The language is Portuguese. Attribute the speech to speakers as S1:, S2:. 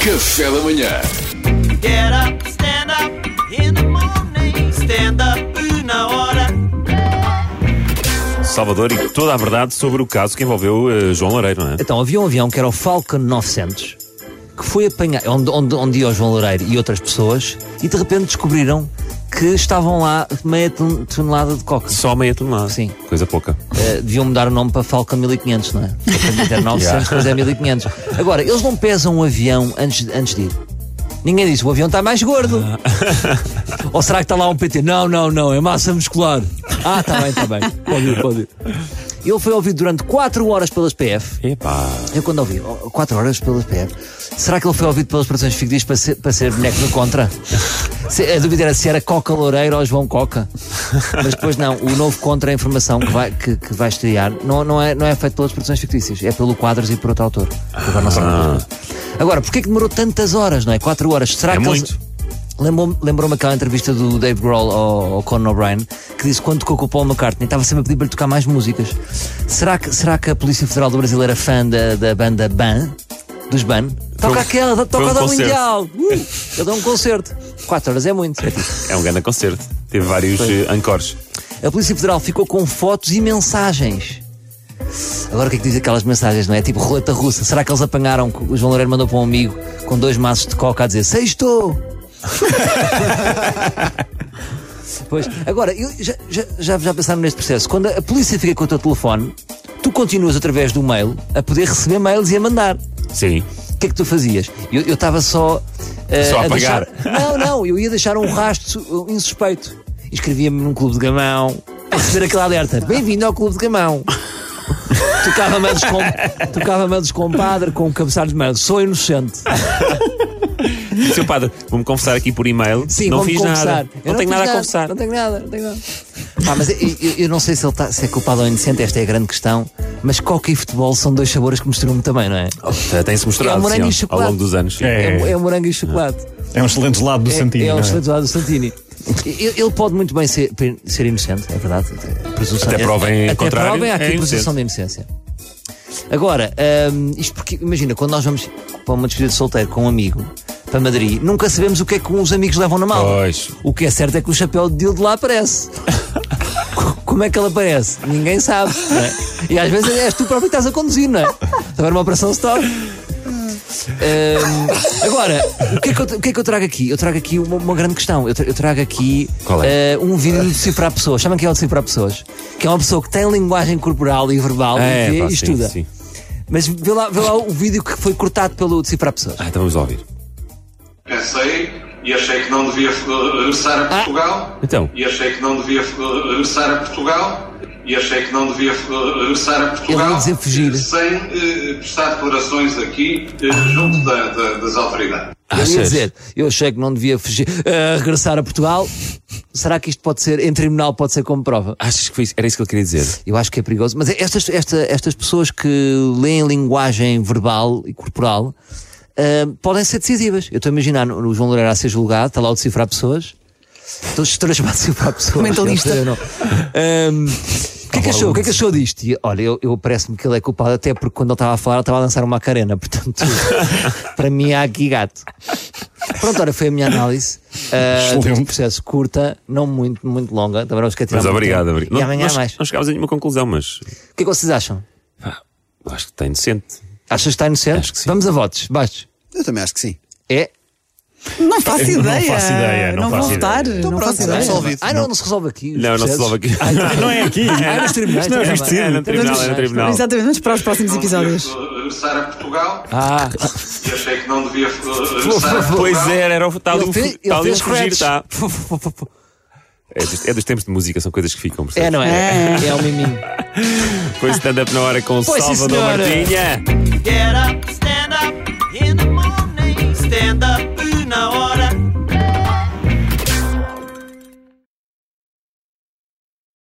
S1: Café da manhã.
S2: Get up, stand up in the morning. Stand up na hora.
S3: Salvador e toda a verdade sobre o caso que envolveu eh, João Loureiro, não é?
S4: Então, havia um avião que era o Falcon 900 que foi apanhado, onde, onde, onde ia o João Loureiro e outras pessoas e de repente descobriram que estavam lá meia ton- tonelada de coca.
S3: Só meia tonelada.
S4: Sim.
S3: Coisa pouca.
S4: Eh, deviam mudar o nome para Falcon 1500, não é? Falcon era 900, depois é 1500. Agora, eles não pesam o avião antes, antes de ir. Ninguém diz, o avião está mais gordo. Ou será que está lá um PT? Não, não, não, é massa muscular. Ah, está bem, está bem. Pode ir, pode ir. Ele foi ouvido durante 4 horas pelas PF.
S3: Epá.
S4: Eu quando ouvi, 4 horas pela PF, será que ele foi ouvido pelas produções fictícias para ser, para ser boneco no contra? Se- a dúvida era se era Coca Loureiro ou João Coca. Mas depois não, o novo contra a informação que vai, que, que vai estrear não, não, é, não é feito pelas produções fictícias, é pelo Quadros e por outro autor. Agora não sei qual é. Agora, porquê que demorou tantas horas, não é? 4 horas. Será
S3: É
S4: que eles-
S3: muito.
S4: Lembrou-me lembrou aquela entrevista do Dave Grohl ao, ao Conan Oh, O'Brien que disse que quando tocou com o Paul McCartney estava sempre a pedir para lhe tocar mais músicas. Será que, será que a Polícia Federal do Brasil era fã da, da banda Ban? Dos Ban? Toca
S3: um-
S4: aquela,
S3: foi
S4: da- toca
S3: um
S4: a dar um
S3: concerto.
S4: ideal. Uh, eu dou um concerto. 4 horas é muito.
S3: É um grande concerto. Teve vários eh, encores.
S4: A Polícia Federal ficou com fotos e mensagens. Agora o que é que diz aquelas mensagens, não é? Tipo roleta russa. Será que eles apanharam que o João Loureiro mandou para um amigo com dois maços de coca a dizer Sextou! pois, agora, eu já, já, já, já pensaram neste processo? Quando a polícia fica com o teu telefone, tu continuas através do mail a poder receber mails e a mandar.
S3: Sim.
S4: O que é que tu fazias? Eu eu estava só. eh,
S3: Só a
S4: deixar-
S3: apagar.
S4: Não, não, eu ia deixar um rastro eh, insuspeito. Inscrevia-me num clube de gamão a receber aquele alerta. Bem-vindo ao clube de gamão. Tocava mails com, tocava mails com o padre, com o cabeçalho de mails. Sou inocente.
S3: E, Seu padre, vou-me confessar aqui por e-mail.
S4: Sim,
S3: não
S4: vamos
S3: fiz
S4: conversar.
S3: nada.
S4: Eu
S3: Não, tenho
S4: fiz
S3: nada a confessar.
S4: Não tenho nada, não tenho nada. Pá, mas eu, eu- eu não sei se ele tá, se é culpado ou inocente, esta é a grande questão. Mas coca e futebol são dois sabores que misturam-me também, não é?
S3: Já Oh, Tem-se
S4: É um
S3: mostrado sim,
S4: morango e
S3: ao- ao
S4: chocolate.
S3: longo dos anos. sim.
S5: É.
S4: É, é morango e chocolate.
S5: É um excelente lado do Santini.
S4: É, é
S5: não
S4: um
S5: é?
S4: excelente lado do Santini. Ele, ele pode muito bem ser, ser inocente, é verdade. Presunção-
S3: Até provem
S4: até
S3: contrário,
S4: provem, há aqui
S3: é inocente.
S4: presunção de inocência. Agora, hum, isto porque, imagina, quando nós vamos para uma despedida de solteiro com um amigo para Madrid, nunca sabemos o que é que os amigos levam na mala.
S3: Pois.
S4: O que é certo é que o chapéu de Dildo lá aparece. Co- Como é que ele aparece? Ninguém sabe. não é? E às vezes és tu próprio que estás a conduzir, não é? Estava numa operação stop. Hum, agora, o que, é que eu, o que é que eu trago aqui? Eu trago aqui uma, uma grande questão. Eu, tra- eu trago aqui
S3: Qual é?
S4: eh, um vídeo de decifrar pessoas. Chamam que é o decifrar pessoas. Que é uma pessoa que tem linguagem corporal e verbal e, vê
S3: É, pá,
S4: e
S3: sim,
S4: estuda.
S3: sim.
S4: Mas vê lá, vê lá o vídeo que foi cortado pelo decifrar pessoas.
S3: Ah, então vamos ouvir.
S6: Pensei e achei que não devia eh, regressar a
S4: Ah.
S6: Portugal.
S3: Então.
S6: E achei que não devia eh, regressar a Portugal. E achei que não devia eh, regressar a Portugal.
S4: ia dizer fugir.
S6: Sem eh, prestar declarações aqui eh, junto da- da- das autoridades.
S4: Eu
S3: Ah,
S4: ia
S3: Achas?
S4: dizer, eu achei que não devia fugir, eh, regressar a Portugal. Será que isto pode ser, em tribunal, pode ser como prova?
S3: Achas que foi isso? era isso que ele queria dizer?
S4: Eu acho que é perigoso. Mas estas, esta- estas pessoas que leem linguagem verbal e corporal eh, podem ser decisivas. Eu estou a imaginar no- no João Loureiro a ser julgado, está lá o decifrar pessoas. Estou transformado a decifrar pessoas.
S7: Mentalista.
S4: Eu sei, eu não. Ahm, o que é que achou? O que é que achou disto? E, olha, eu, eu parece-me que ele é culpado, até porque quando ele estava a falar, ele estava a dançar uma carena. Portanto, para mim há aqui gato. Pronto, ora, foi a minha análise. Uh,
S5: Excelente.
S4: processo curta, não muito, muito longa. Também não vos quero tirar
S3: Mas
S4: muito
S3: obrigado,
S4: tempo.
S3: obrigado.
S4: E
S3: Não-
S4: amanhã há
S3: nós-
S4: mais.
S3: Não chegámos a nenhuma conclusão, mas
S4: O que é que vocês acham?
S3: acho que está inocente.
S4: Achas que está inocente?
S3: Acho que sim.
S4: Vamos a votos. Baixos.
S7: Eu também acho que sim.
S4: É.
S7: Não faço
S5: Eu não ideia. faço ideia, não
S7: Não,
S5: faço
S7: vou votar.
S5: ideia.
S7: Não faço faço ideia. ideia.
S4: Ah, não, não se resolve aqui.
S3: Não,
S4: os
S3: não se
S4: processos.
S3: resolve aqui.
S4: Ah, então-
S5: Não é aqui.
S4: Ah, nos tribunais.
S5: Isto não é
S4: também.
S5: vestido.
S3: É, no tribunal,
S4: um
S3: é no tribunal.
S7: Exatamente, vamos para os próximos
S6: Não devia
S7: episódios.
S6: eh, regressar a Portugal.
S4: Ah,
S6: E achei que não devia eh, regressar a Portugal.
S3: Pois
S4: é.
S3: era, era o tal de
S4: ele
S3: um
S4: fez,
S3: fu- tal
S4: ele
S3: de um
S4: fez
S3: fugir,
S4: scratch.
S3: está. É dos, é dos tempos de música, são coisas que ficam.
S4: É, não é?
S7: É.
S4: É o miminho.
S3: Foi stand-up na hora com o
S4: Pois sim,
S3: Salvador
S4: senhora.
S3: Martinha.
S2: Get up,